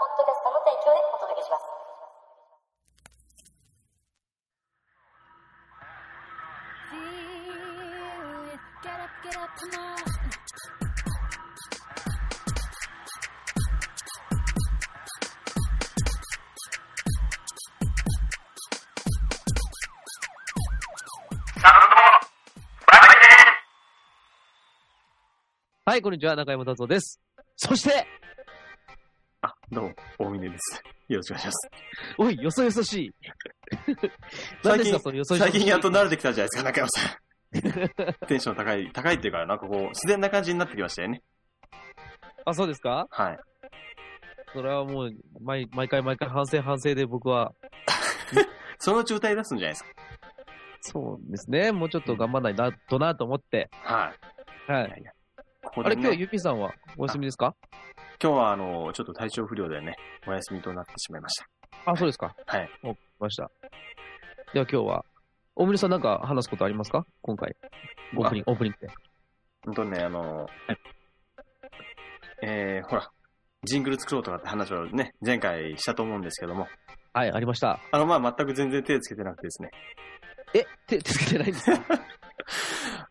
提供でお届けします。 Feel it. Get up, get up, come on. Saludos. はい、こんにちは、中山達夫です。そして、あ、どうも、大峰です。よろしくお願いします。おい、よそよそ しい。何ですか、そのよそよそ最しい。近やっと慣れてきたじゃないですか、中山さん。 テンション高い、高いっていうか、なんかこう、自然な感じになってきましたよね。あ、そうですかはい。それはもう、毎毎回毎回反省反省で僕は。そのうち歌い出すんじゃないですそうですね、もうちょっと頑張らないな、となと思って。か。はい。はい。ここあでれ、ね、今日、今日ゆぴさんはお休みですかは、あの、ちょっと体調不良でね、お休みとなってしまいました。あそうですか。はい。わかりました。では今日は、大森さんなんか話すことありますか今回。オープニング、オープニングで。ほんとね、あの、えー、ほら、ジングル作ろうとかって話をね、前回したと思うんですけども、はい、ありました。あの、まあ、全く全然手つけてなくてですね、え、手、手つけてないんですか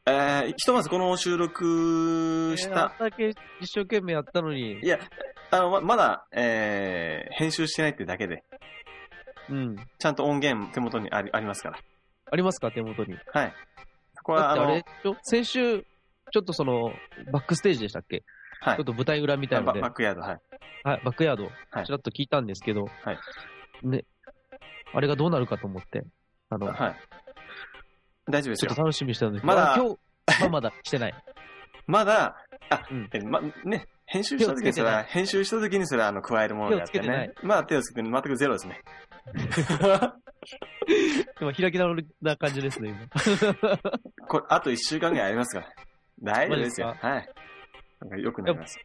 えー、ひとまずこの収録しえーあたんだけ一生懸命やったのにい。や、あの、ままだ、えー、編集してないってだけで、うん。ちゃんと音源手元にありありますから。ありますか手元に。はい。そこだっは、あてあれので、しょ先週、ちょっとその、バックステージでしたっけはいちょっと舞台裏みたいバので、バッはい、クヤード、はい。バックヤードは、いちらっと聞いたんですけど、はいね、あれがどうなるかと思って、あの、はい。大丈夫ですちょっよと。楽しみにしてたんですけど、まだあ今日、まあまだしてない。 まだ、あ、うんえま、ね、編集した時にそれは、編集した時にそれは、あの、加えるものであって手をつけてなねい。まあ、手をつけてない、全くゼロ ですね。今、開き直りな感じですね、今。 これ、あと1週間ぐらいありますから。大丈夫ですよ。マはい。なんか良くなります。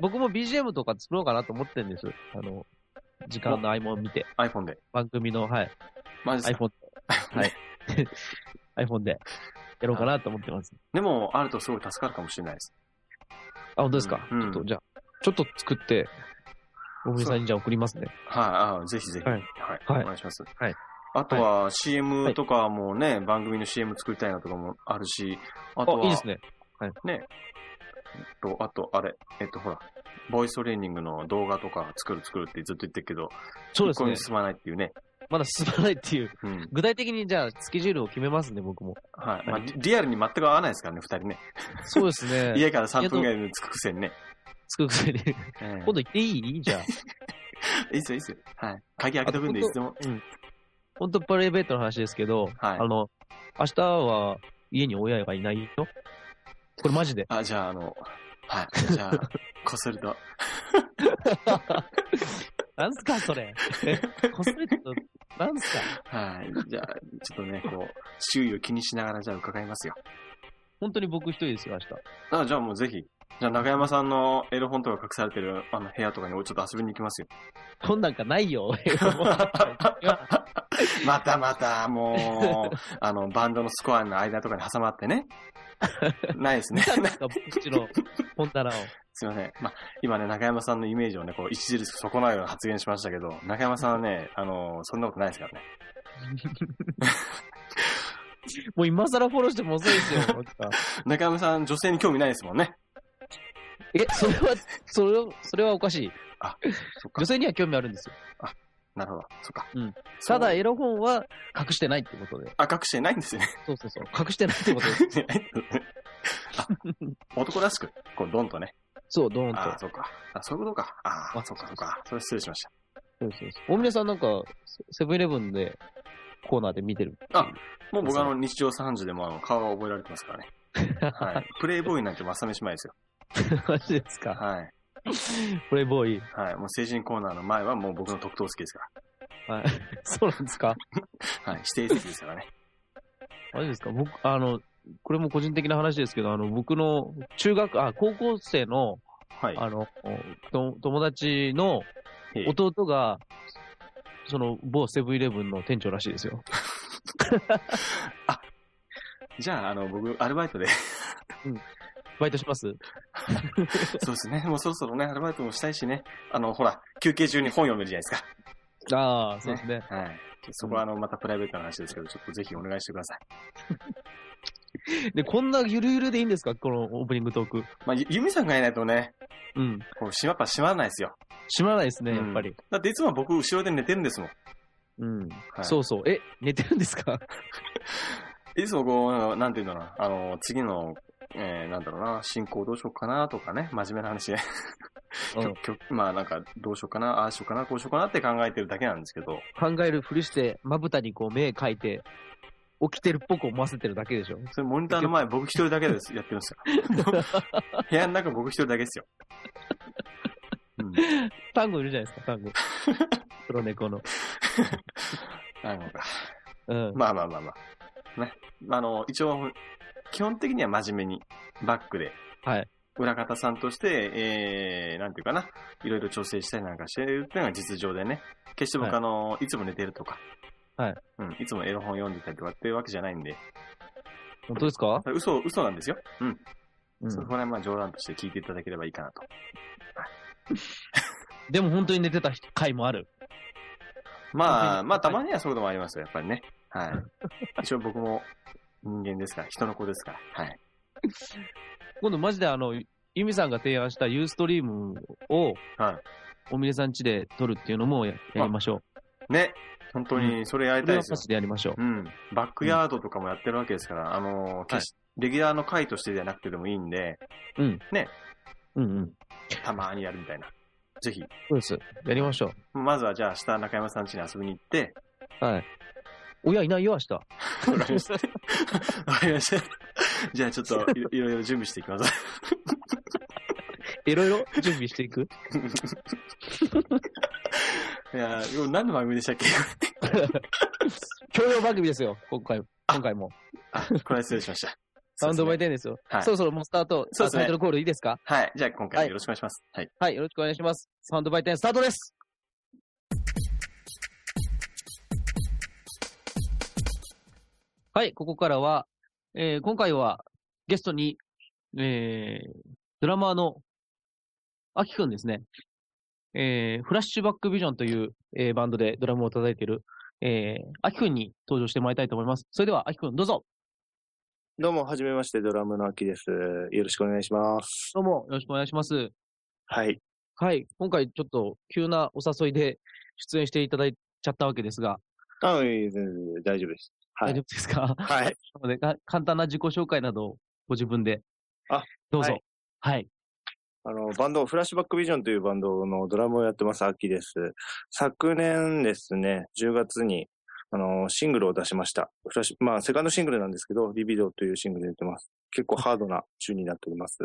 僕も BGM とか作ろうかなと思ってるんです。あの、時間の合間を見て、 iPhone で。番組の、はい、マジですか iPhone、はい、iPhone でやろうかなと思ってます。でも、あるとすごい助かるかもしれないです。あ、本当ですか、うんちょっと、じゃあ、ちょっと作って、大森さんにじゃあ送りますね。はい、あぜひぜひ、ははいいはいお願いします。はいあとは CM とかもね、番組の CM 作りたいなとかもあるし、ああとは、いいですね。とあと、あれ、えっと、ほら、ボイストレーニングの動画とか作る作るってずっと言ってるけど、そうで一す向ねに。進まないっていうね。まだ進まないっていう。うん。具体的にじゃあ、スケジュールを決めますね、僕も。はい。まあ、リリアルに全く合わないですからね、二人ね。そうです ね。家から3分ぐらいで着くくせにね。つくくせに。ええ 今度行っていいじゃあ。いいっすよ、いいっすよ。はい。鍵開けとくんで、あいとつでも。本当プライベートの話ですけど、はいあの、明日は家に親がいないよ。これマ ジで。あ、じゃあ、あの、はい。じゃあ、こっそりと。なんすか、それ。 こすれてるのなんすか。はい。じゃあ、ちょっとね、こう、周囲を気にしながら、じゃあ伺いますよ。本当に僕一人ですよ、明日。あ、じゃあもうぜひ。じゃあ中山さんのエロ本とか隠されてるあの部屋とかにちょっと遊びに行 きますよ。こんなんかない よ。またまた、もう、あの、バンドのスコアの間とかに挟まっ てね。ないですね。僕っちの本棚を。すいません。まあ、今ね、中山さんのイメージをね、こう、著しく損ないような発言しましたけど、中山さんはね、あの、そんなことないですからね。もう今更フォローしても遅い ですよ。なんか中山さん、女性に興味ないですもんね。え、それは、それは、それはおかしい。そっか女。性には興味あるんですよ。なるほど。そっか。うんそたう。だ、エロ本は隠してないってことで。あ、隠してないんですよね。 そうそうそう。隠してないってことで。隠してないんですねあ男らしく、こう、ドンとね。そう、ドーンと。ああ、そうか。あそういうことか。ああ、そうか、そうか。それ失礼しましそうそうそう。大峰さんなんか、セセブンイレブンでコーナーで見てる。あた。もう僕そうあの日常3時でもあの顔は覚えられてますからね。 はい。プレイボーイなんてまさめし前ですよ。 マジですか。はい。プレイボーイ。はい。もう成人コーナーの前はもう僕の特等席ですかはい。そうなんですか。ら。はい。指定席です からね。マジですか。僕、あの、これも個人的な話ですけど、あの、僕の中学、あ、高校生の、はい。あの、と友達のええ弟が、その某セブンイレブンの店長らしいですよ。 じゃあ、あの、僕、アルバイトでうんバイトしますそうですね。もうそろそろね、アルバイトもしたいしね。あの、ほら、休憩中に本読めるじゃないですああ、そうですね。か。はい。そこはあの、またプライベートな話ですけど、ちょっとぜひお願いしてください。で、こんなゆるゆるでいいんですかこのオープニングトーク。まあ、ゆゆみさんがいないとね、うん。こう、しまやっぱ閉まらないですよ。閉まらないですね、うんやっぱり。だっていつも僕、後ろで寝てるんですもん。うん。はいそうそう。え、寝てるんですかいつもこうあの、なんていうんだろうな、あの、次の、えー、なんだろうな、進行どうしようかなとかね、真面目な話ね。 うんきょきょまあなんか、どうしようかな、ああしようかな、こうしようかなって考えてるだけなんですけど、考えるふりして、まぶたにこう目描いて、起きてるっぽく思わせてるだけでしょそれモニターの 前、僕一人だけです、やってるんですよ。部屋の中僕一人だけですよ。うん、タンゴいるじゃないですか、 タンゴ。黒猫の。なるほうどん。まあまあまあまあ。ね。あの、一応、基本的には真面目に、バックで、はい。裏方さんとして、えー、なんていうかな、いろいろ調整したりなんかしてるっていうのが実情でね。決して僕、はいあの、いつも寝てるとか、はい。うん、いつもエロ本読んでたりとかっていうわけじゃないんで、本当ですか、嘘、嘘なんですよ。うん。うんそこら辺はまあ冗談として聞いていただければいいかなと。でも本当に寝てた回もある。まはあ、いまあ、たまにはそういうのもありますよ、やっぱりね。 はい。一応僕も人間ですから、人の子ですから。はい。今度マジであの、ユミさんが提案したユーストリームを、はいおみれさん家で撮るっていうのもややりましょう。ね。本当に、それやそれりたいではすよパ。スでやりましょう。うん。バックヤードとかもやってるわけですから、あのー、決しレギュラーの回としてじゃなくてでもいいんで、うんうん。たまーにやるみたいな。 ぜひ、そうです。やりましょまずはじゃあ明日中山さん家に遊びに行って、う。はい。親いないよ、明日。わかりま した。 わかりました。じゃあちょっといいろいろ準備していきます。 いろいろ準備してい くいやー、これ何の番組でしたっけ 共用番組ですよ、今回今回も。あ、これは失礼しました。サウンドバイで。テンですよ。はいそろそろもうスタート、そうですねタイトルコールいいですかはい。じゃあ今回はよろしくお願いします。はい。はい、よろしくお願いします。サウンドバイテンスタートですはい、ここからは、えー今回はゲストに、えードラマーのアキくんですね。えーフラッシュバックビジョンという、えーバンドでドラムを叩いている、えー、アキくんに登場してもらいたいと思います。それでは、アキくんどうぞどうも、はじめまして、ドラムの秋です。よろしくお願いします。どうも、よろしくお願いします。はい。はい、今回ちょっと急なお誘いで出演していただいちゃったわけですが、あ、いいですいいです大丈夫です。は大丈い。夫ですか はい。なのでか簡単な自己紹介などをご自分で。あどうぞ。ははいい。はい。あの、バンド、フラッシュバックビジョンというバンドのドラムをやってます、秋です。昨年ですね、10月に、あの、シングルを出しました。フラッシュ、まあ、セカンドシングルなんですけど、リビドというシングルでやってます。結構ハードなチューンになっております。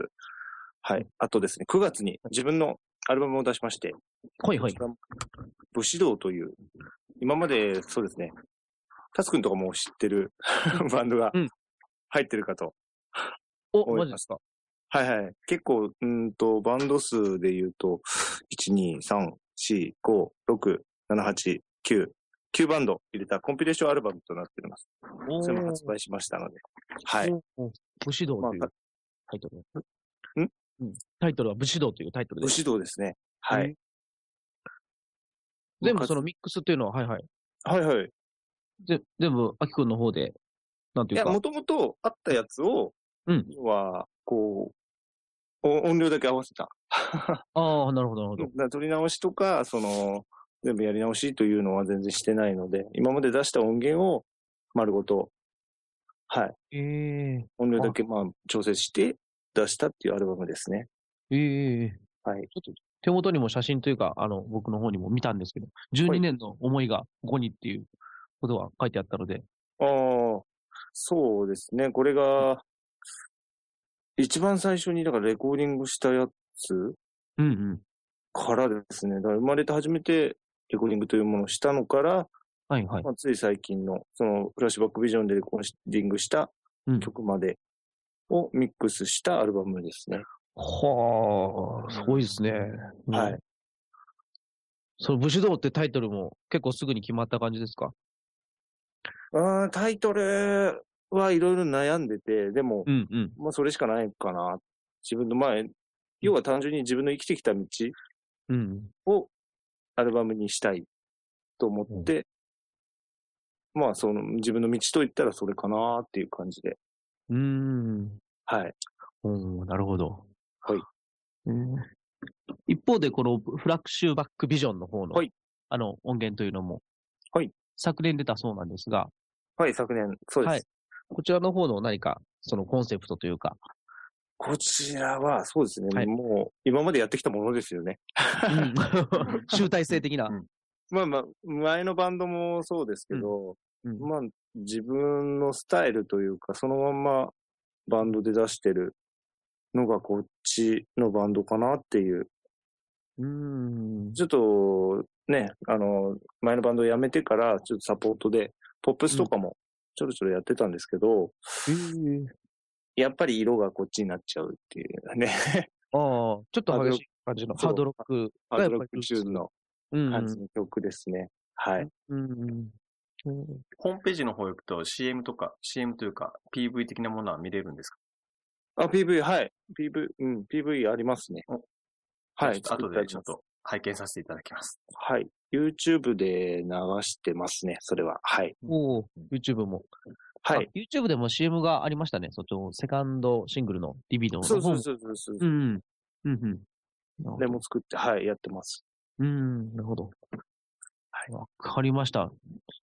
はい。あとですね、9月に自分のアルバムを出しまして、ほいほい。武士道という、今までそうですね、タス君とかも知ってる バンドがうん入ってるかとお、思マいジまですすか。はいはい。結構、うーんと、バンド数で言うと、1、2、3、4、5、6、7、8、9、9バンド入れたコンピレーションアルバムとなっております。おそれもー発売しましたので。はい。。おー武士道まあというタイトル。んうんタイトルは武士道というタイトルで武す。士道ですね。はういん。全部そのミックスっていうのは、はいはい。はいはい。ぜ全部、アキくんの方で、なんていいや、うかも。ともとあったやつを、うん要は、こう、お音量だけ合わせた。ああ、なるほど、なるほだどか。ら取り直しとか、その、全部やり直しというのは全然してないので、今まで出した音源を丸ごと、はい、ええ音量だけまあ調整して出したっていうアルバムですね。ええはい。ちょっと手元にも写真というか、あの、僕の方にも見たんですけど、は12い年の思いがここにっていうことが書いてあったので、ああ、そうですね。これが、一番最初に、だからレコーディングしたやつうんうん。からですね。だから生まれて初めてレコーディングというものをしたのから、はいはい。まあ、つい最近の、その、フラッシュバックビジョンでレコーディングしたうん曲までをミックスしたアルバムですね。はあ、すごいですね。はいうん。その武士道ってタイトルも結構すぐに決まった感じですかあータイトルはいろいろ悩んでて、でも、うんうん。まあ、それしかないかなっ自分の前、要は単純に自分の生きてきた道うん。をアルバムにしたいと思って、まあその自分の道といったらそれかなっていう感じで、うーん。はい。うん、なるほど。はいうん。一方で、このフラッシュバックビジョンの方の、はいあの音源というのも、はい昨年出たそうなんですが、はい、昨年、そうです。はいこちらの方の何か、そのコンセプトという か、こちらは、そうですね、はいもう今までやってきたものですよね。集大成的なうん。まあまあ、前のバンドもそうですけど、うんまあ自分のスタイルというか、そのまんまバンドで出してるのがこっちのバンドかなっていううーん。ちょっとね、あの、前のバンドを辞めてから、ちょっとサポートで、ポップスとかもちょろちょろやってたんですけど、やっぱり色がこっちになっちゃうっていうね、ああ、ちょっと激しい感じのそうハードロックアがやドっぱロりックチューンのうん感じの曲ですね。はい。うん。うんホームページの方行くと CM とか、CM というか PV 的なものは見れるんですかあ、PV、はい。PV、うん、PV ありますねお。はい。あと作でってありますちょっと拝見させていただきます。はい。YouTube で流してますね、それは。はい。おー YouTube も。はい。あ。YouTube でも CM がありましたね。そっちのセカンドシングルのリビドのそうそうう。そうそうそう。うん。うんうん。なるほでども作って、はい、やってます。うん、なるほど。はい。わかりました。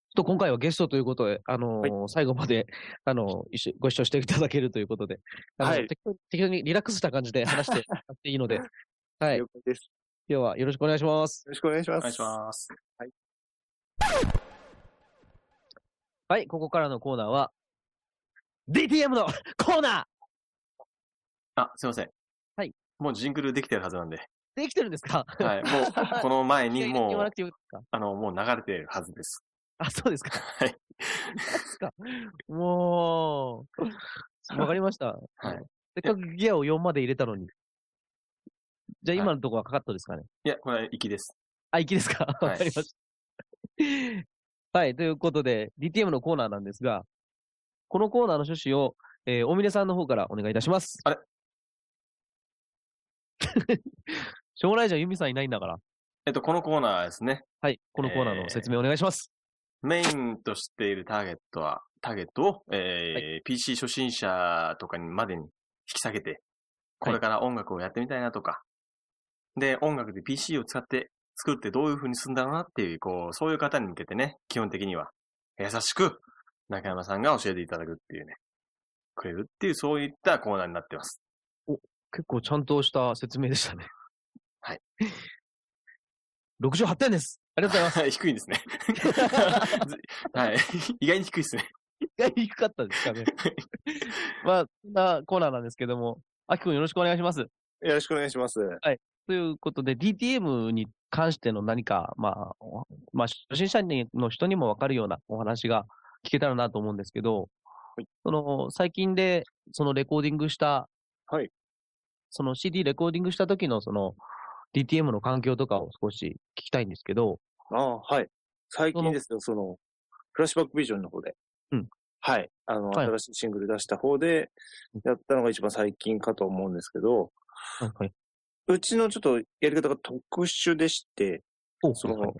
ちょっと今回はゲストということで、あのー最後まで、あのー一緒ご視聴していただけるということで、あのはい適当に適当にリラックスした感じで話してやっていいの で、はい。了解です。今日はよろしくお願いします。よろしくお願いしまおす。願いします。はい、ここからのコーナーは、DTM の コーナあ、すいません。はい。もうジングルできてるはずな んで。ーできてるんですかはい。もう、この 前に気合い入れて言もわうなく、てよかったですかあの、もう流れてるはずです。あ、そうですか。はい。ですか。もう、わかりました。はいせっかくギアを4まで入れたのに。じゃあ今のところはかかったですかね。いや、これは粋です。あ、行きですか はいわかりました。 はい、ということで、DTM のコーナーなんですが、このコーナーの趣旨を、えー、大峰さんの方からお願いいたします。あれ 将来じゃユミさんいないんだから。えっと、このコーナーはですね。はい、このコーナーの説明お願いします。メインとしているターゲットは、ターゲットを、えー PC 初心者とかにまでに引き下げて、これから音楽をやってみたいなとか、で、音楽で PC を使って作るってどういう風にするんだろうなっていう、こう、そういう方に向けてね、基本的には優しく中山さんが教えていただくっていうね、くれるっていう、そういったコーナーになってます。 結構ちゃんとした説明でしたね。 はい。 68点です。ありがとうございます。低いんです ね。 はい。意外に低いですね。が低かったですかね。まあ、そんなコーナーなんですけども、あきくんよろしくお願いします。よろしくお願いします。ということで、DTM に関しての何か、まあ、おまあ、初心者にの人にもわかるようなお話が聞けたらなと思うんですけど、はいその、最近で、そのレコーディングした、はいその CD レコーディングした時の、その、DTM の環境とかを少し聞きたいんですけど、ああ、はい。最近ですよ、その、フラッシュバックビジョンの方で。うん。はい。あの、はい新しいシングル出した方でうん、やったのが一番最近かと思うんですけど、はい。うちのちょっとやり方が特殊でして、その、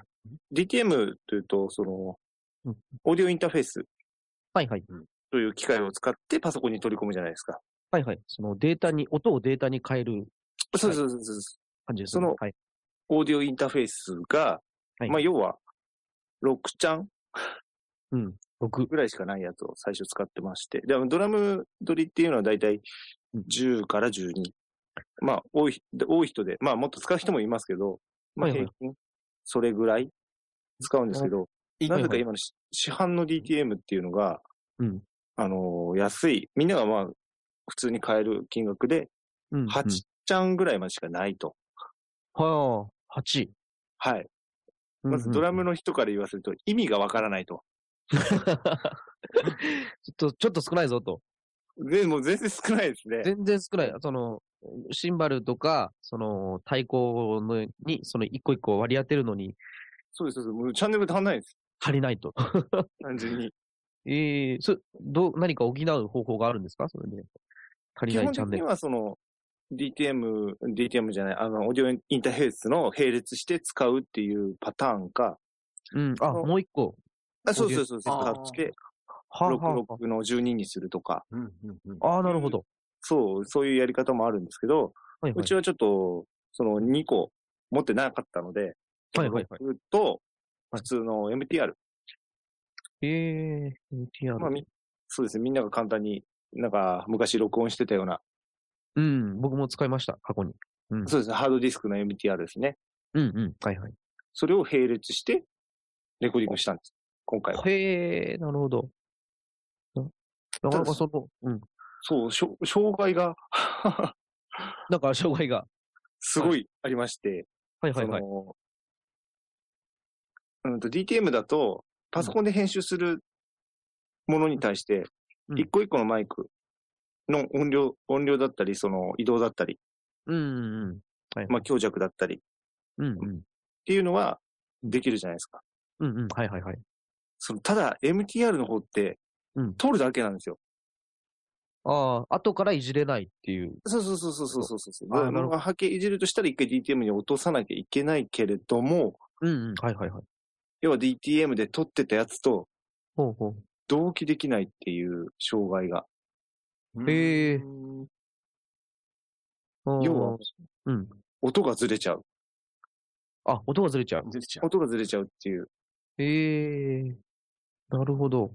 DTM というと、そのうん、オーディオインターフェースはいはい。という機械を使ってパソコンに取り込むじゃないですか。はいはい。そのデータに、音をデータに変えるそうそうそうそう。感じですね。そのはい。オーディオインターフェースが、はいまあ、要は、6チャン僕、ぐらいしかないやつを最初使ってまして。で、あのドラム取りっていうのはだいたい10から12。まあ、多いひ、多い人で、まあ、もっと使う人もいますけど、まあ、はいは平い均、それぐらい使うんですけど、なぜか今のし市販の DTM っていうのが、うんあのー安い。みんながまあ、普通に買える金額で、うんうん8ちゃんぐらいまでしかないと。はあ、8。はい。まずドラムの。の人から言わせると、意味がわからないと。ちょっと、ちょっと少ないぞと。で、もう全然少ないですね。全然少ない。その、シンバルとか、その、太鼓のに、その一個一個割り当てるのにそうです、そうです。もうチャンネル足んないです。足りないと。単純に。ええそ、どう、何か補う方法があるんですかそれで。足り基な本いチ的ャンネにル。はその、 DTM、DTM じゃない、あの、オーディオインターフェースの並列して使うっていうパターンか、うん。あ、そうもう一個。あそうそうそうそう、オーディオ使って、はあ、は66の12にするとか、うんうんうんあ、ああ、なるほど。そう、そういうやり方もあるんですけど、はいはういち。はちょっと、その2個持ってなかったので、はいはいはい。と、普通の MTR。えー、NTR まあ、みそうですね、みんなが簡単に、なんか、昔録音してたような、うん、僕も使いました、過去に。うんそうですね、ハードディスクの MTR ですね。うんうん、はいはい。それを並列して、レコーディングしたんです。今回は。へえ、なるほど。うんなかなかその、うん。そう、しょ障害がなんか障害が。すごいありまして、はいはいはい。その、うんと、DTM だと、パソコンで編集するものに対して、うん一個一個のマイクの音量、音量だったり、その移動だったり、うんうんうん。はい。まあ、強弱だったりっうんうん。ていうのはできるじゃないですか。うんうん。はいはいはい。そのただ、MTR の方ってうん、撮るだけなんですよ。ああ、後からいじれないっていう。そうそうそうそうそうそうそう。あーだからなるほ波形いじるとしたら一回 DTM に落とさなきゃいけないけれども、うんうん。はいはいはい。要は DTM で撮ってたやつとほうほう。同期できないっていう障害が。うんへえあー要は、うん。音がずれちゃう。あ、音がずれちゃう。出てきちゃう音がずれちゃうっていう。ええなるほど。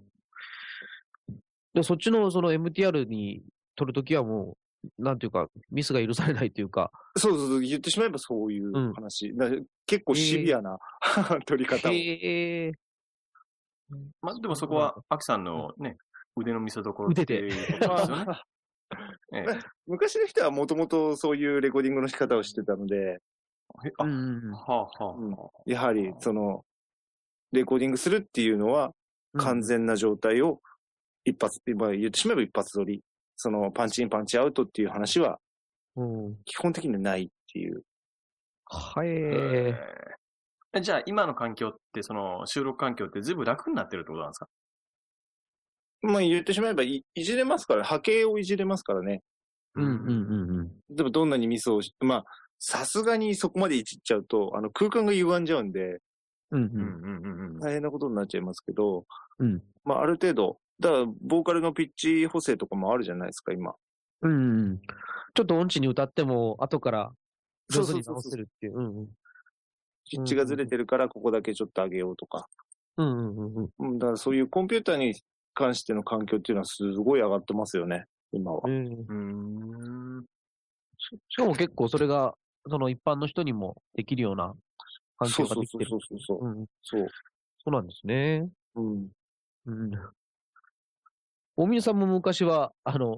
でそっちのその MTR に取るときはもう、なんていうか、ミスが許されないというか、そうそうそう、言ってしまえばそういう話。だから結構シビアな、 取り方を。へえまあ、でもそこは、アキさんのね、腕の見せ所っていうことですよね。まあええ昔の人はもともとそういうレコーディングの仕方をしてたので、えうあんうんはあはうんやはりその、レコーディングするっていうのはうん。完全な状態を一発、まあ言ってしまえば一発撮り。そのパンチインパンチアウトっていう話はうん。基本的にはないっていう。はあ。えー。えじゃあ、今の環境って、その、収録環境ってずいぶん楽になってるってことなんですかまあ言ってしまえばいいじれますから、波形をいじれますからね。うんうんうんうん。でもどんなにミスをし、まあ、さすがにそこまでいじっちゃうと、あの空間が歪んじゃうんで、うんうんうん。うんうんうん。大変なことになっちゃいますけど、うん。まあある程度、だからボーカルのピッチ補正とかもあるじゃないですか、今。うんうん。ちょっと音痴に歌っても、後から上手にそうそう直そうせるっていう。うんうんピッチがずれてるからここだけちょっと上げようとか。うんうんうんうん、だからそういうコンピューターに関しての環境っていうのはすごい上がってますよね、今はう。ん。うんうんしかも結構それが、その一般の人にもできるような環境そうがそうできそてうる。そうそうう。ん。そそう。うなんですね。うん。 うん。大峰さんも昔は、あの、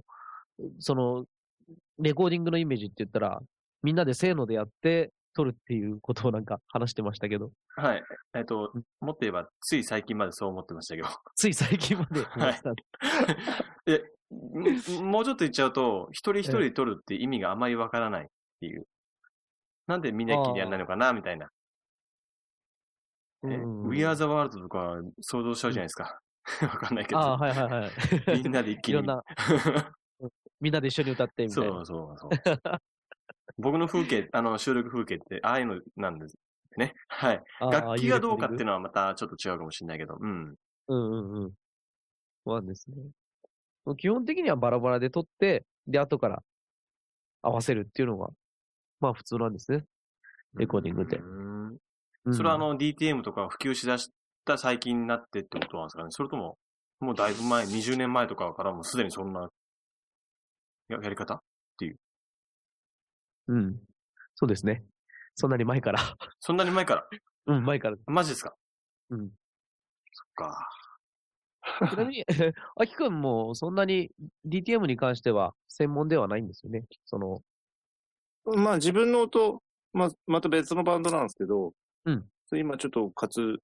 その、レコーディングのイメージって言ったら、みんなでせーのでやって撮るっていうことをなんか話してましたけど、はい。えっとうん、もっと言えば、つい最近までそう思ってましたけ ど。つい最近まではい話した。え、んもうちょっと言っちゃうと、一人一人取るって意味があまりわからないっていう。なんでみんな一気にやらないのかな、みたいな。うえん We Are the World とか想像しちゃうじゃないですか。 わかんないけああ、ど。はいはいはい。みんなで一気いろんに。な、 みんなで一緒に歌ってみたそいな。うそうそう。 僕の風景、あの、収録風景って、ああいうのなんですね。はい。ああ楽器がどうかっていういのはまたちょっと違うかもしれないけど。うん。うレコーディングうんうんうん。そうなんですね。基本的にはバラバラで撮って、で、後から合わせるっていうのが、まあ普通なんですね。レコーディングってうんうんそれはあの DTM とか普及しだした最近になってってことなんですかねそれとも、もうだいぶ前、20年前とかからもうすでにそんなややり方うん。そうですね。そんなに前から。 そんなに前からうん、前から。マジですかうん。そっか。ちなみに、 あきくんもそんなに DTM に関しては専門ではないんですよね。その、まあ自分の音、まあ、また別のバンドなんですけど、うんそれ今ちょっと活、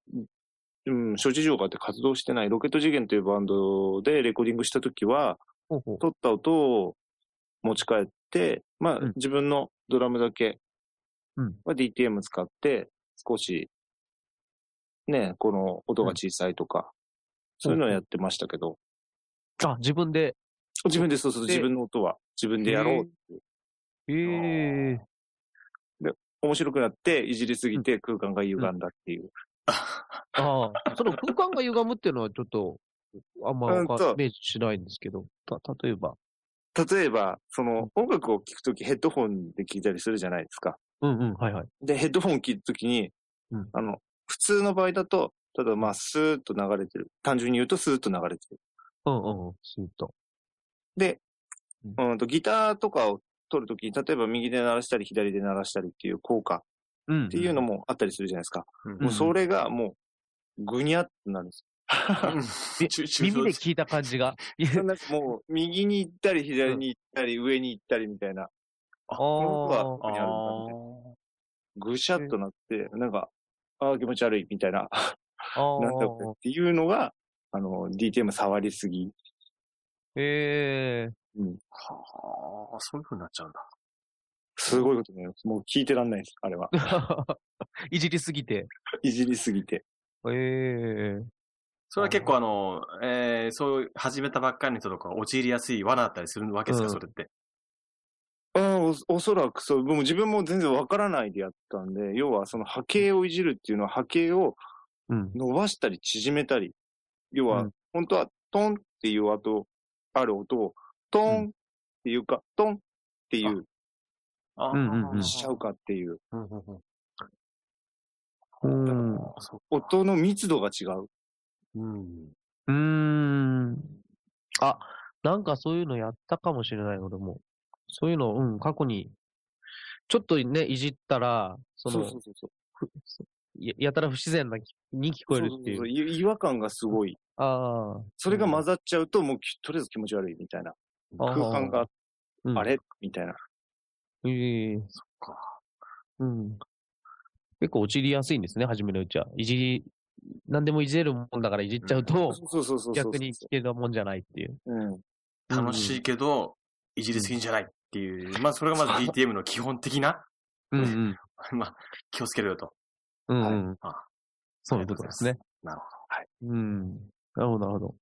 うん、諸事情があって活動してないロケット次元というバンドでレコーディングしたときは、ほうほう。撮った音を持ち帰って、まあうん自分のドラムだけうんは DTM 使って少し、ね、この音が小さいとか、そういうのをやってましたけど、あ、自分で。自分でそうそうで自分の音は自分でやろうっていえうえ面白くなって、いじりすぎて空間が歪んだっていう。ああ、その空間が歪むっていうのはちょっと、あんまわうんかとイメージしないんですけど、た、例えば。例えば、その音楽を聴くときヘッドホンで聴いたりするじゃないですか。うんうん、はいはい。で、ヘッドホン聴くときに、うんあの、普通の場合だと、ただまあ、スーッと流れてる。単純に言うとスーッと流れてる。うんうんうん、スーッと。うんと、ギターとかを取るときに、例えば右で鳴らしたり左で鳴らしたりっていう効果うん。っっていうのもあったりするじゃないですか。うんもうそれがもう、ぐにゃってなるんです 耳で聞いた感じが。いやよ。なんかもう、右に行ったり左に行ったり上に行ったりみたいな、あこーの子はここにあるんだみたいなぐしゃっとなって、なんか、ああ、気持ち悪いみたいな、あーなんだこれっていうのが、あの、DTM 触りすぎ。ええはあ、そういう風になっちゃうんだ。すごいことね。もう聞いてらんないです、あれ は。 いじりすぎて。いじりすぎて。ええそれは結構あの、えー、そういう、始めたばっかりの人とか陥りやすい罠だったりするわけですか、うんそれって。うん、おおそらくそう、もう自分も全然わからないでやったんで、要はその波形をいじるっていうのは波形をうん。伸ばしたり縮めたり、う要はん、本当はトンっていう後、ある音を、トうんンっていうか、トンっていう、あーうんうんうんしちゃうかっていう、うんうんうんうん。うあそうか音の密度が違う。うん。ーん。あ、なんかそういうのやったかもしれない、俺も。そういうの、うん、過去に。ちょっとね、いじったら、その、うそうそう。ふややたら不自然なきに聞こえるってい。そうそそ違和感がすごい。ああ。それが混ざっちゃうと、もうきとりあえず気持ち悪いみたいな。あ空ー間がうんあれみたいな。ええそっか。うん。結構陥りやすいんですね、初めのうちは。いじり、何でもいじれるもんだからいじっちゃうと、そうそうそうそうそう。逆に危険なもんじゃないっていう。うん。楽しいけど、いじりすぎんじゃないっていう。まあ、それがまず DTM の基本的な、 うんんうん。まあ、気をつけろよと。うんはいうん。あそういうことですね。なるほど。うん。なるほど、なるほど。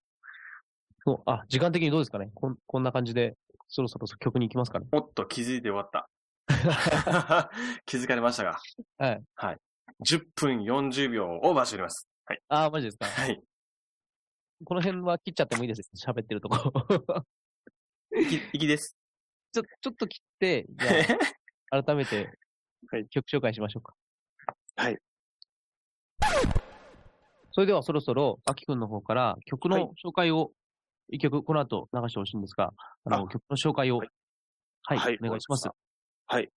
そうあ、時間的にどうですかねこんこんな感じで、そろそろ曲に行きますかね。おっと、気づいて終わった。 気づかれましたが。はい。はい。10分40秒オーバーしております。はい。あー、マジですか。 はい。この辺は切っちゃってもいいです。喋ってるとこ。いき、いきです。ちょ、ちょっと切って、じゃあ 改めてはい、曲紹介しましょうか。はい。それではそろそろ、あきくんの方から曲はいの紹介を、一曲、この後流してほしいんですが、あの、曲の紹介を、はいはい、はいお願いしますわ。はい。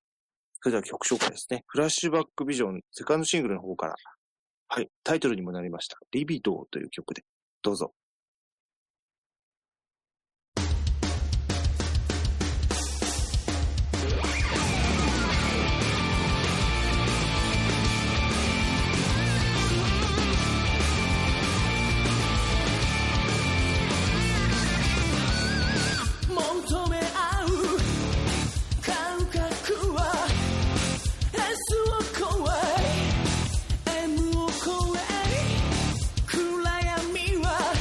それでは曲紹介ですね。フラッシュバックビジョン、セカンドシングルの方から。はい。タイトルにもなりました。リビドーという曲で。どうぞ。求め合う感覚は S を超え M を超え暗闇は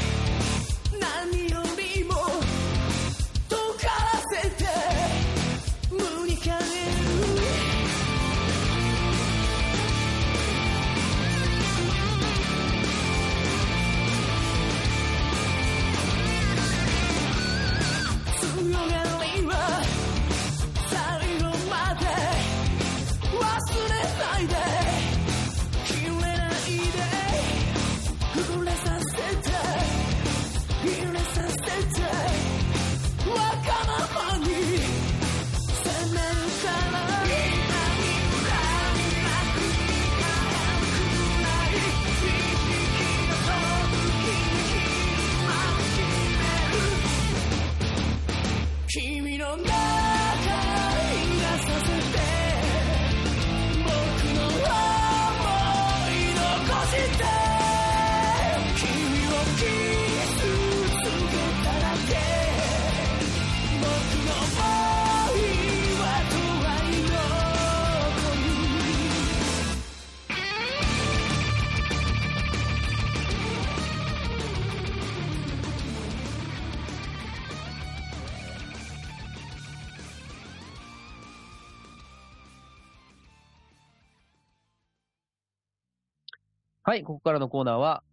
はい、ここからのコーナーは、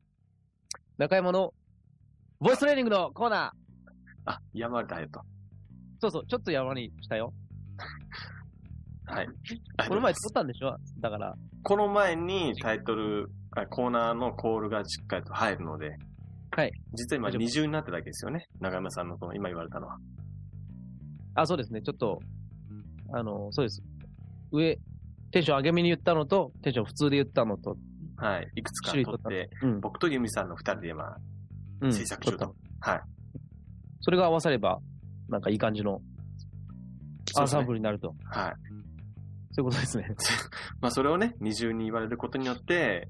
中山のボイストレーニングのコーナー。あ、山田へと。そうそう、ちょっと山にしたよ。 はい。この前撮ったんでしょだから。この前にタイトル、あコーナーのコールがしっかりと入るので、はい。実は今大丈夫二重になっただけですよね。長山さんのその今言われたのは。あ、そうですね。ちょっと、あの、そうです。上、テンション上げめに言ったのと、テンション普通で言ったのと、はい。いくつか種取類取っったて、うん。僕とユミさんの二人で今、うん、制作中撮と。ったはい。それが合わされば、なんかいい感じのアンサンブル。ルになると。はい。 そういうことですね。 まあそれをね、二重に言われることによって、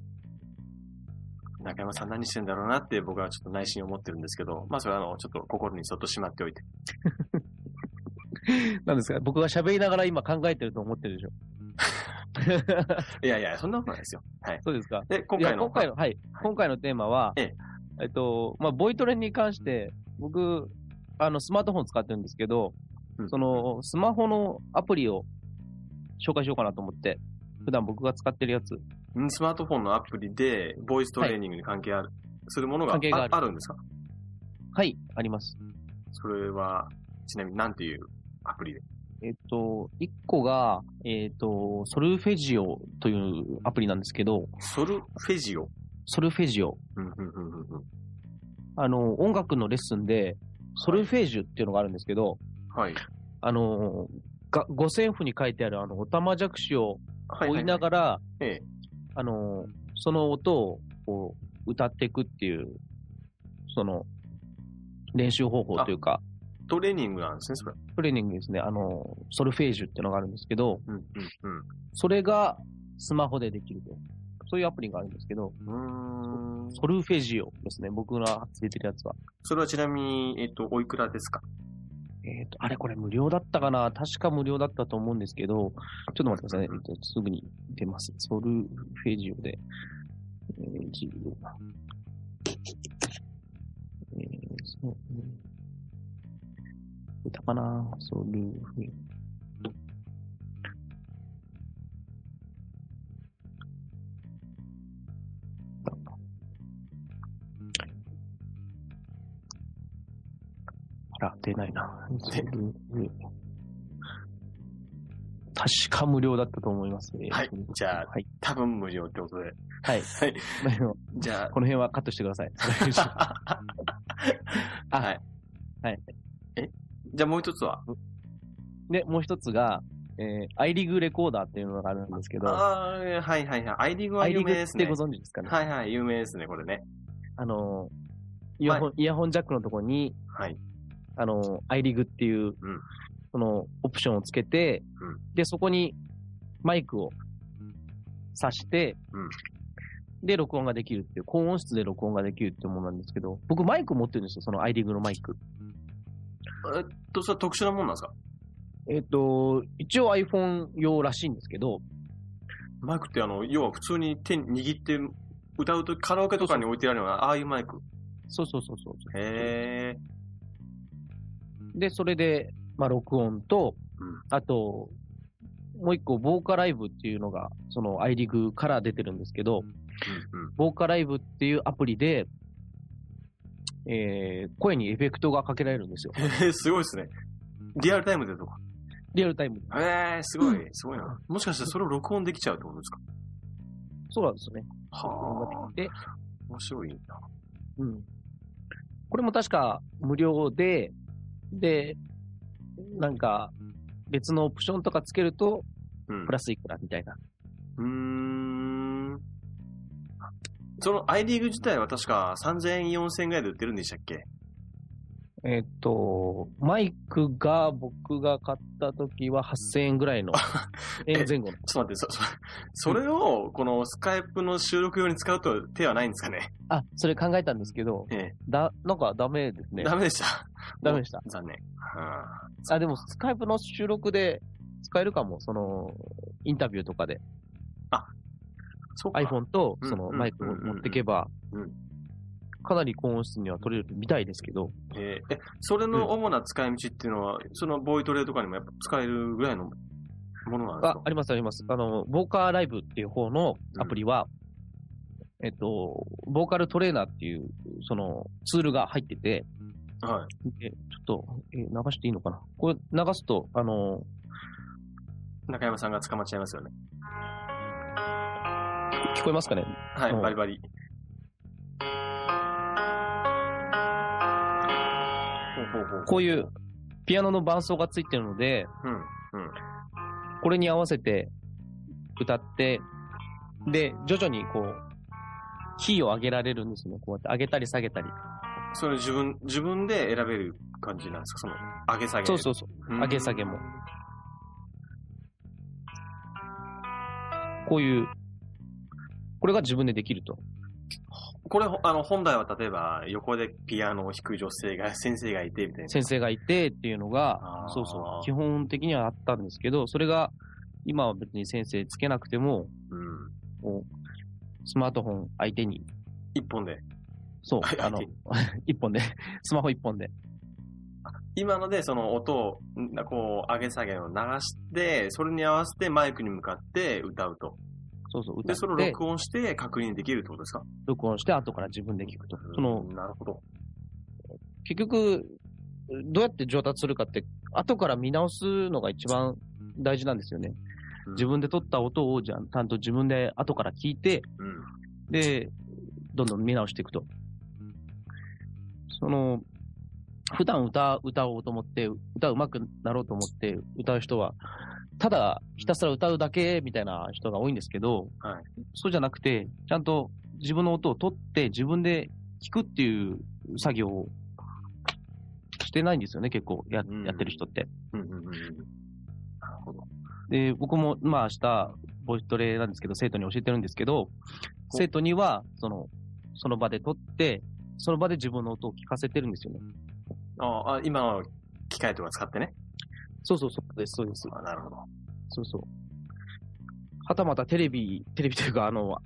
中山さん何してんだろうなって僕はちょっと内心思ってるんですけど、まあそれはあの、ちょっと心にそっとしまっておいて。なんですか僕が喋りながら今考えてると思ってるでしょ。いやいや、そんなことないですよ。はい。そうですかで、今いや回の。今回の、はい。今回のテーマは、ええっと、まあ、ボイトレに関して、僕、あの、スマートフォン使ってるんですけど、うんその、スマホのアプリを紹介しようかなと思って、普段僕が使ってるやつ。うんスマートフォンのアプリで、ボイストレーニングに関係ある、するものがあ関係があるあるんですかはい、あります。それは、ちなみに何ていうアプリで。えっと、1個が、えっと、ソルフェジオというアプリなんですけど、ソルフェジオ。ソルフェジオ。うんうんうんうんうんあの、音楽のレッスンで、ソルフェージュっていうのがあるんですけど、はい。あのが、五線譜に書いてあるあの、おたまじゃくしをは追いなら。がら、ええ。あのーその音をこう歌っていくっていう、その練習方法というか、トレーニングなんですね、それ。トレーニングですね、あのーソルフェージュっていうのがあるんですけど、うんそれがスマホでできると。そういうアプリがあるんですけど、うんうん。うーん。ソルフェジオですね、僕が出てるやつは。それはちなみに、えっと、おいくらですかえっ、と、あれこれ無料だったかな確か無料だったと思うんですけど、ちょっと待ってくださいね。うんえっとすぐに出ます。ソルフェジオで。えー、ジオえー、そうね。歌かなソルフェジオ。あら、出ないな。ソルフェ確か無料だったと思いますね。はいじゃあはい。多分無料ってことで。はい。 はい。じゃこの辺はカットしてください。 あ。あはい。はい。えじゃあもう一つはで、もう一つが、えー、アイリグレコーダーっていうのがあるんですけど、ああ、はいはいはい。アイリングアはイ有リグ名っですね。てご存知ですかね、はいはい、有名ですね、これね。あのー、イヤホン、イヤホンジャックのところに、はい。あのー、アイリグっていう、うんその、オプションをつけて、うんで、そこにマイクを挿して、うんで、録音ができるっていう、高音質で録音ができるっていうものなんですけど、僕マイク持ってるんですよ、そのアイリグのマイク。えっと、それは特殊なもんなんですかえっ、と、一応 iPhone 用らしいんですけど、マイクってあの、要は普通に手に握って歌うときカラオケとかに置いてあるような、ああいうマイク。そうそうそうそう。へえ。で、それで、まあ、録音と、うんあと、もう一個、ボーカライブっていうのが、その、アイリグから出てるんですけど、うんうん。ボーカライブっていうアプリで、えー、声にエフェクトがかけられるんですよ。 へえ、 すごいですね。リアルタイムでとか。リアルタイムで。へえ、すごい、すごいな。もしかしてそれを録音できちゃうってことですかそうなんですよね。はあ、で、面白いな。うん。これも確か無料で、で、なんか、別のオプションとかつけると、うんプ。ラスいくらみたいな。うーん。その i リーグ自体は確か3000円、4000円ぐらいで売ってるんでしたっけえっと、マイクが僕が買った時は8000円ぐらいの、円前 後の。ちょっと待って、そ、そそれを、このスカイプの収録用に使うと手はないんですかねあ、それ考えたんですけど、ええだ、なんかダメですね。ダメでした。ダメでした。残念。はあ、でもスカイプの収録で使えるかも、その、インタビューとかであそうか。 iPhone とうんそのマイクを持ってけばうんうん、かなり高音質には取れるみたいですけど、えーえ、それの主な使い道っていうのは、そのボーイトレとかにもやっぱ使えるぐらいのものなんですあか、ありますあります。あの、ボーカーライブっていう方のアプリは、えっと、ボーカルトレーナーっていう、その、ツールが入ってて、はい。でちょっと、えー流していいのかなこれ流すと、あの中山さんが捕まっちゃいますよね。ー聞こえますかねはい、うんバリバリ。ほうほうほう。こういうピアノの伴奏がついてるので、うん。これに合わせて歌って、で、徐々にこう、キーを上げられるんですね。こうやって上げたり下げたり。それ自分、自分で選べる感じなんですかその、上げ下げ。そうそうそう。うん。上げ下げも。こういう、これが自分でできると。これ、あの、本来は例えば、横でピアノを弾く女性が、先生がいて、みたいな。先生がいてっていうのがあ、ーそうそう。基本的にはあったんですけど、それが、今は別に先生つけなくても、うん。こうスマートフォン相手に、一本で。そう、あ相の手に、一本で、 スマホ一本で。今ので、その音を、んこう、上げ下げを流して、それに合わせてマイクに向かって歌うと。そうそう、歌で、っそれをて、録音して確認できるってことですか録音して、後から自分で聞くと。そのう、んなるほど。結局、どうやって上達するかって、後から見直すのが一番大事なんですよね。うん自分で撮った音を、じゃあ、ちゃんと自分で後から聞いて、うん。で、どんどん見直していくと。その、普段歌、歌おうと思って、歌うまくなろうと思って歌う人は、ただひたすら歌うだけみたいな人が多いんですけど、はいそうじゃなくて、ちゃんと自分の音を取って自分で聞くっていう作業をしてないんですよね、結構や,、うんやってる人って。うんうんうんうん。なるほど。で、僕もまあ明日、ボイストレなんですけど、生徒に教えてるんですけど、生徒には、その、その場で撮って、その場で自分の音を聞かせてるんですよね。ああ、今の機械とか使ってね。そうそう、そうです、そうです。あなるほど。そうそう。はたまたテレビ、テレビというか、あの、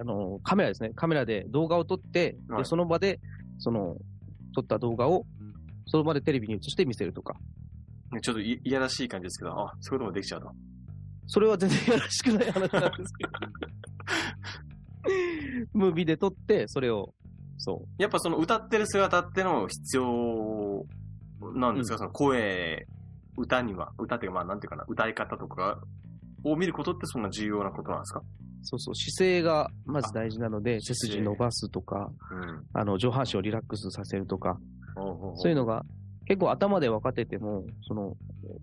あの、カメラですね。カメラで動画を撮って、はでいその場で、その、撮った動画を、その場でテレビに映して見せるとか。ねちょっといいやらしい感じですけど、あ、そういうこともできちゃうと。それは全然よろしくない話なんですけど。ムービーで撮って、それを、そう。やっぱその歌ってる姿ってのも必要なんですか、その声、歌には、歌っていうか、まあなんていうかな、歌い方とかを見ることってそんな重要なことなんですかそうそう、姿勢がまず大事なので、背姿勢筋伸ばすとか、うん。あの、上半身をリラックスさせるとか、おうおうおうそういうのが、結構頭で分かってても、その、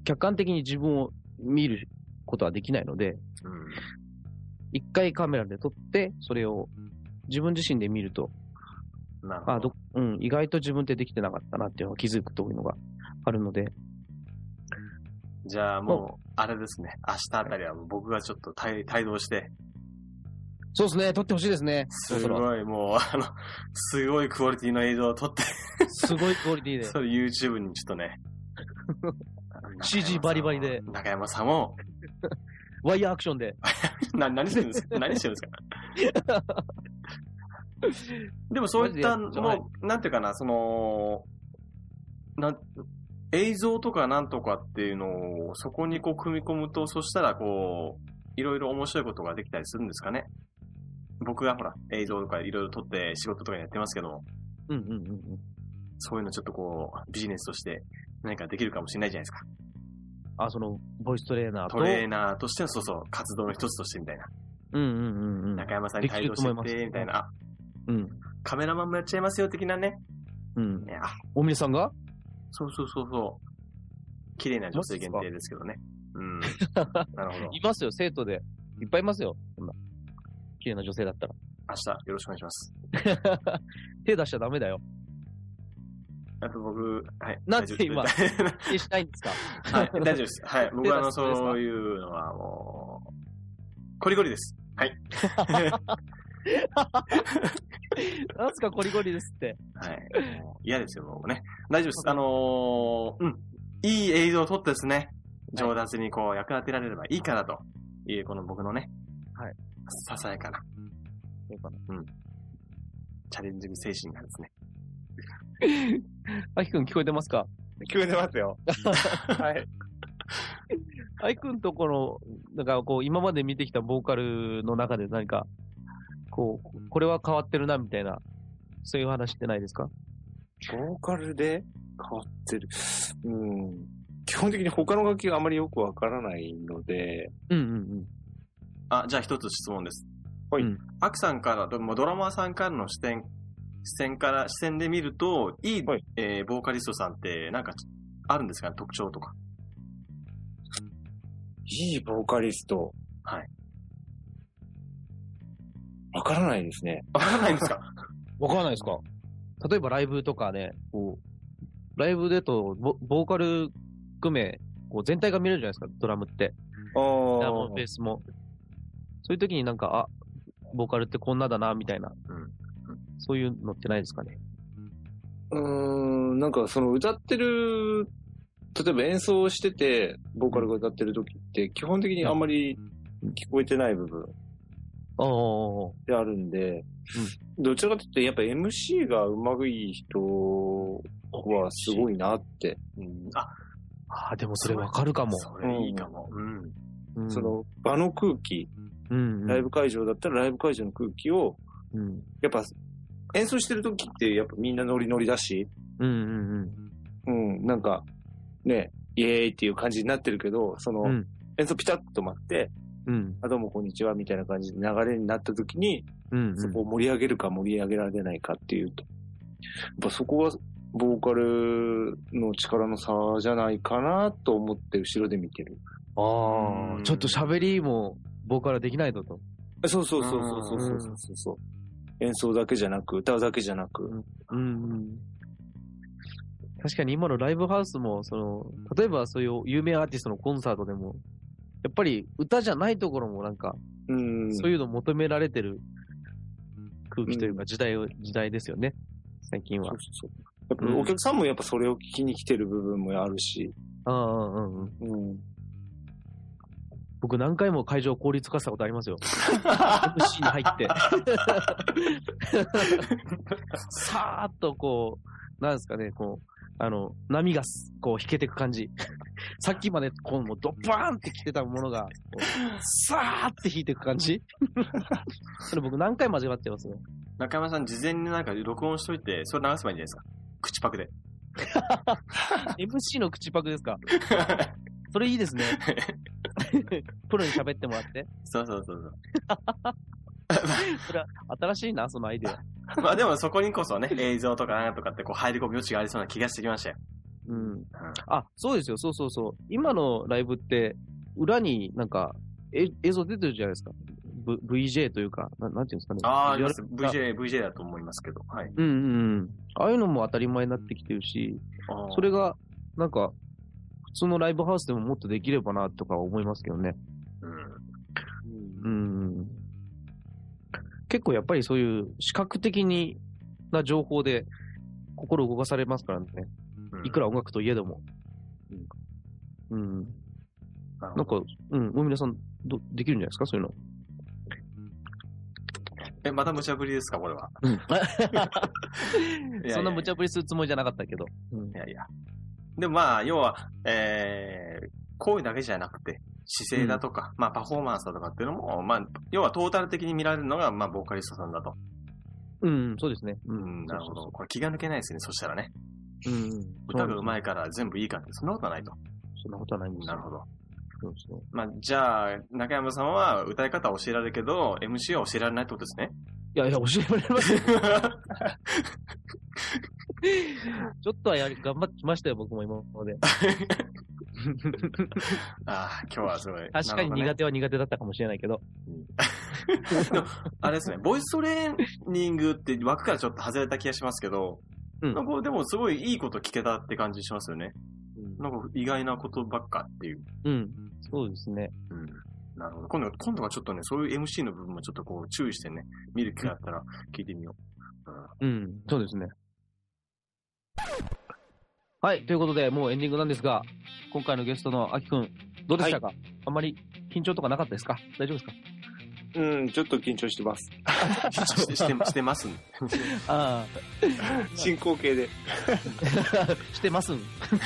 客観的に自分を見ることはできないので、うん一回カメラで撮って、それを自分自身で見ると、なるほど。あど、うん、意外と自分ってできてなかったなっていうのが気づくというのがあるので、じゃあもう、あれですね。明日あたりは僕がちょっと帯帯同して、そうですね、撮ってほしいですね。そろすそろごいもう、あの、すごいクオリティの映像を撮って、すごいクオリティで。それ YouTube にちょっとね。 CG バリバリで中山さんも、ワイヤーアクションで。な何してるんですか 何してるんです かでもそういっマたのジでやっても、なんていうかな、その、なん映像とかなんとかっていうのをそこにこう組み込むと、そしたらこう、いろいろ面白いことができたりするんですかね。僕がほら、映像とかいろいろ撮って仕事とかやってますけど、うんうんうんうん。そういうのちょっとこう、ビジネスとして何かできるかもしれないじゃないですか。あ、その、ボイストレーナーと。トレーナーとしての、そうそう、活動の一つとしてみたいな。うんうんうんうん。中山さんに対応できると思しいますて、みたいな。あうん。カメラマンもやっちゃいますよ、的なね。うんい。や、あ大峰さんがそうそうそうそう。綺麗な女性限定ですけどね。 うん。なるほど。いますよ、生徒で。いっぱいいますよ。そんな。綺麗な女性だった明日、よろしくお願いします。ら。 手出しちゃダメだよ。あと僕、はい。なんて今大丈夫です手しないんですかはい、大丈夫です。はい。僕は、あの、手出しですかそういうのはもう、コリコリです。はい。 なんすか、コリコリですって。 はい。もう嫌ですよ、もうね。大丈夫です。あのー、うん。いい映像を撮ってですね、上達にこう、役立てられればいいかなという、この僕のね、はい。ささやかなそうかなチャレンジング精神がですね、あきくん聞こえてますか聞こえてますよ。はい。あきくんとこの、なんかこう、今まで見てきたボーカルの中で何か、こう、これは変わってるな、みたいな、そういう話ってないですかボーカルで変わってる。うん。基本的に他の楽器があまりよくわからないので、うんうんうん。あ、じゃあ一つ質問です。はいうんアクさんから、どもうドラマーさんからの視点、視線から、視線で見ると、いい、はいえーボーカリストさんって、なんか、あるんですかね特徴 とか。いいボーカリスト。はい。わからないですね。わからないんですかわからないですか例えばライブとかね、こう、ライブでとボ、ボーカル含め、こう全体が見れるじゃないですか、ドラムって。あドあラム、ベースも。そういう時になんか、あ、ボーカルってこんなだな、みたいな。うんそういうのってないですかね。うーん、なんかその歌ってる、例えば演奏してて、ボーカルが歌ってる時って、基本的にあんまり聞こえてない部分ああ、であるんで、どちらかというとやっぱ MC が上手くいい人はすごいなって、うんあ、ああ、でもそれわかるかも。それいいかも。うん。うんそ、の場の空気、うん、ライブ会場だったらライブ会場の空気を、うん。やっぱ演奏してる時ってやっぱみんなノリノリだし、うんうんうん。うん、なんかね、イエーイっていう感じになってるけど、その、うん演奏ピタッと止まって、うん。あ、どうもこんにちはみたいな感じで流れになった時に、うん。そこを盛り上げるか盛り上げられないかっていうと。やっぱそこは、ボーカルの力の差じゃないかなと思って後ろで見てる。ああ、ちょっと喋りも、ボーカルはできないぞと。そうそうそうそうそうそうそうそうそう。演奏だけじゃなく、歌うだけじゃなく。うんうん。確かに今のライブハウスも、その、例えばそういう有名アーティストのコンサートでも、やっぱり歌じゃないところもなんか、うん。そういうの求められてる空気といううか時代を、時代ですよね。最近はそう。そうそうやっぱお客さんもやっぱそれを聞きに来てる部分もあるし。ああ、うんうん。うん。僕何回も会場を効率化したことありますよ。MC に入って。さーっとこう、なんですかね、こう、あの、波がすこう引けてく感じ。さっきまでこうもうドバーンって来てたものが、こうさーって引いてく感じ。それ僕何回間違ってますね。中山さん、事前になんか録音しといて、それ流せばいいんじゃないですか。口パクで。 MC の口パクですかそれいいですね。プロに喋ってもらって。そうそうそうそれは新しいな、そのアイデア。そう。まあでもそこにこそね、映像とかなんとかってこう入り込む余地がありそうな気がしてきましたよ。うん。あ、そうですよ、そうそうそう。今のライブって、裏になんか、え映像出てるじゃないですか。v、VJ というか、ななんていうんですかね。ああ、ありビジュまアルす。VJ、VJ だと思いますけど。はい。うんうんうん。ああいうのも当たり前になってきてるし、あーそれが、なんか、普通のライブハウスでももっとできればな、とか思いますけどね。うんうんうん。結構やっぱりそういう視覚的にな情報で心動かされますからね。うんいくら音楽といえども。うん。なるほなんどか、うん、大皆さんど、できるんじゃないですか、そういうの。え、また無茶ぶりですか、これは。 いやいやそんな無茶ぶりするつもりじゃなかったけど。うんいやいや。でもまあ、要は、えー、行為だけじゃなくて、姿勢だとか、まあ、パフォーマンスだとかっていうのも、まあ、要はトータル的に見られるのが、まあ、ボーカリストさんだと。うん、そうですね。う、うんん、なるほど。これ気が抜けないですね、そしたらね。うん。歌が上手いから全部いいかって、そんなことはないと。そんなことはないんですなるほど。そうそうまあ、じゃあ、中山さんは歌い方は教えられるけど、MC は教えられないってことです ね。いやいや、教えられます。 ちょっとはやり、頑張ってきましたよ、僕も今ま で。ああ、今日はすごい。確かになる苦手は苦手だったかもしれないけど。ほどね。でもあれですね、ボイストレーニングって枠からちょっと外れた気がしますけど、うんなんかでもすごいいいこと聞けたって感じしますよね。なんか意外なことばっかっていう。うん、そうですね。うん。なるほど。今度は、今度はちょっとね、そういう MC の部分もちょっとこう注意してね、見る機会あったら聞いてみよ う。うんうん、そうですね。はい、ということで、もうエンディングなんですが、今回のゲストのあきくん、どうでしたか、あんまり緊張とかなかったですか大丈夫ですかうん、ちょっと緊張してます。してしてしてます、ね。あ進行形で。あ、 してますん。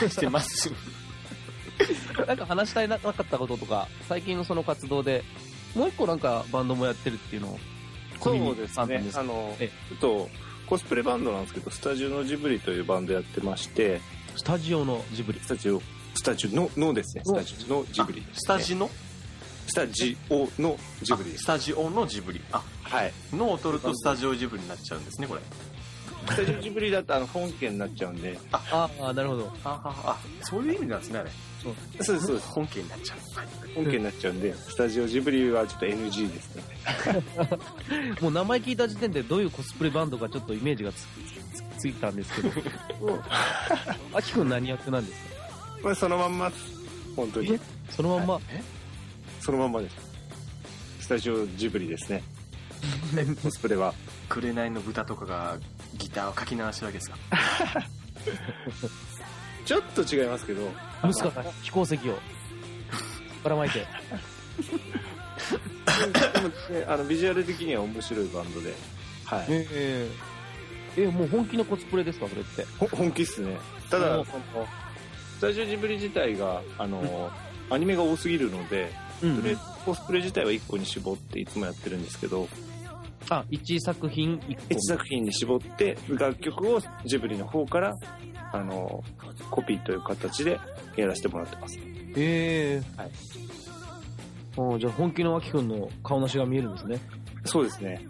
してます。なんか話したいななかったこととか、最近のその活動で、もう一個なんかバンドもやってるっていうのをコミそュうニでティすバンドねで。すあの、ちえょっと、コスプレバンドなんですけど、スタジオのジブリというバンドやってまして、スタジオのジブリ。スタジオ、スタジオの、のですね、スタジオのジブリです、ね。スタジオスタジオのジブリであす。スタジオのジブリ。あ、はい。のを取るとスタジオジブリになっちゃうんですね、これ。スタジオジブリだと、あの、本家になっちゃうんで。ああ、なるほど。あ、あ、あ、そういう意味なんですね、あれ。そうです、そうです。本家になっちゃう。はい本家になっちゃうんで、スタジオジブリはちょっと NG ですね。もう名前聞いた時点でどういうコスプレバンドかちょっとイメージがつつつついたんですけ ど。あきくん何役なんですかこれそのまんまです、本当にえ。そのまんま、えそのまんまです。スタジオジブリで すね。コスプレは。紅の豚とかがギターをかき鳴らしてるわけですか。ちょっと違いますけど、息子が飛行石をばらまいて。でも、ね、あの、ビジュアル的には面白いバンドで。はい。えええ、もう本気のコスプレですかそれって。ほ本気っすね。ただ、おそのスタジオジブリ自体が、あの、アニメが多すぎるので、うとりあえずコスプレ自体は1個に絞っていつもやってるんですけど、あ、1作品1 1個。作品に絞って、楽曲をジブリの方から、あの、コピーという形でやらせてもらってます。えはいえはい。じゃあ本気のあきくんの顔なしが見えるんですね。そうですね。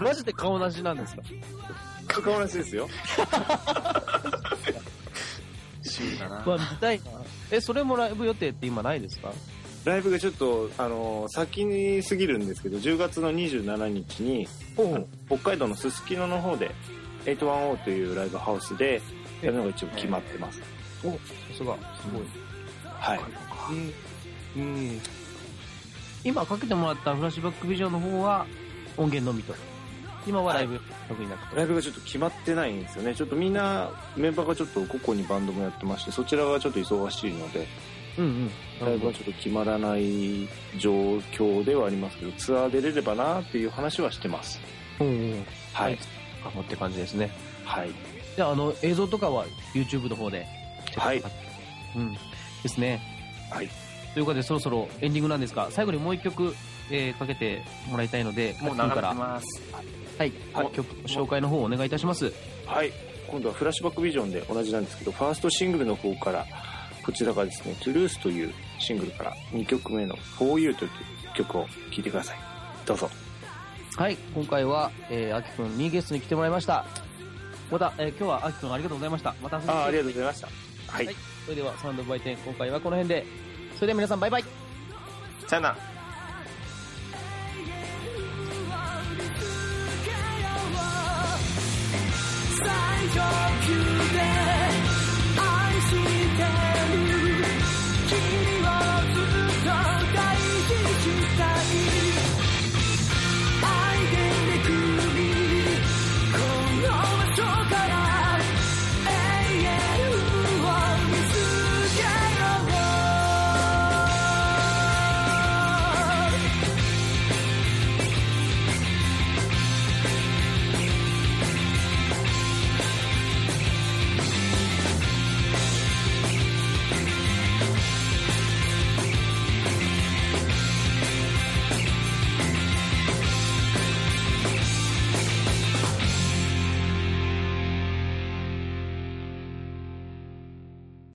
マジで顔なしなんですか関わらずですよ。シュールだな。 まあ見たいな。え、それもライブ予定って今ないですかライブがちょっと、あの、先に過ぎるんですけど、10月の27日に、お北海道のすすきのの方で、810というライブハウスでやるのが一応決まってます。すが、すごい。はい。今かけてもらったフラッシュバックビジョンの方は音源のみと。今はライブ特になくと。ライブがちょっと決まってないんですよね。ちょっとみんな、メンバーがちょっと個々にバンドもやってまして、そちらがちょっと忙しいので、うんうん。ライブはちょっと決まらない状況ではありますけど、ツアー出れればなっていう話はしてます。うんうん。ははいい。頑張って感じですね。はい。じゃあ、あの、映像とかは YouTube の方で。はい。うん。ですね。はい。ということで、そろそろエンディングなんですが、最後にもう一曲、えーかけてもらいたいので、もう流あれっくんてから、ます。はい、はい曲紹介の方をお願いいたします。はい。今度はフラッシュバックビジョンで同じなんですけど、ファーストシングルの方から、こちらがですね、トゥルースというシングルから2曲目の For You という曲を聴いてください。どうぞ。はい、今回は、えー、あきくんにゲストに来てもらいました。また、えー今日はあきくんありがとうございました。また遊びに来てああ、ありがとうございました。はいはい。それでは、サウンドバイテン、今回はこの辺で。それでは皆さん、バイバイさよなら。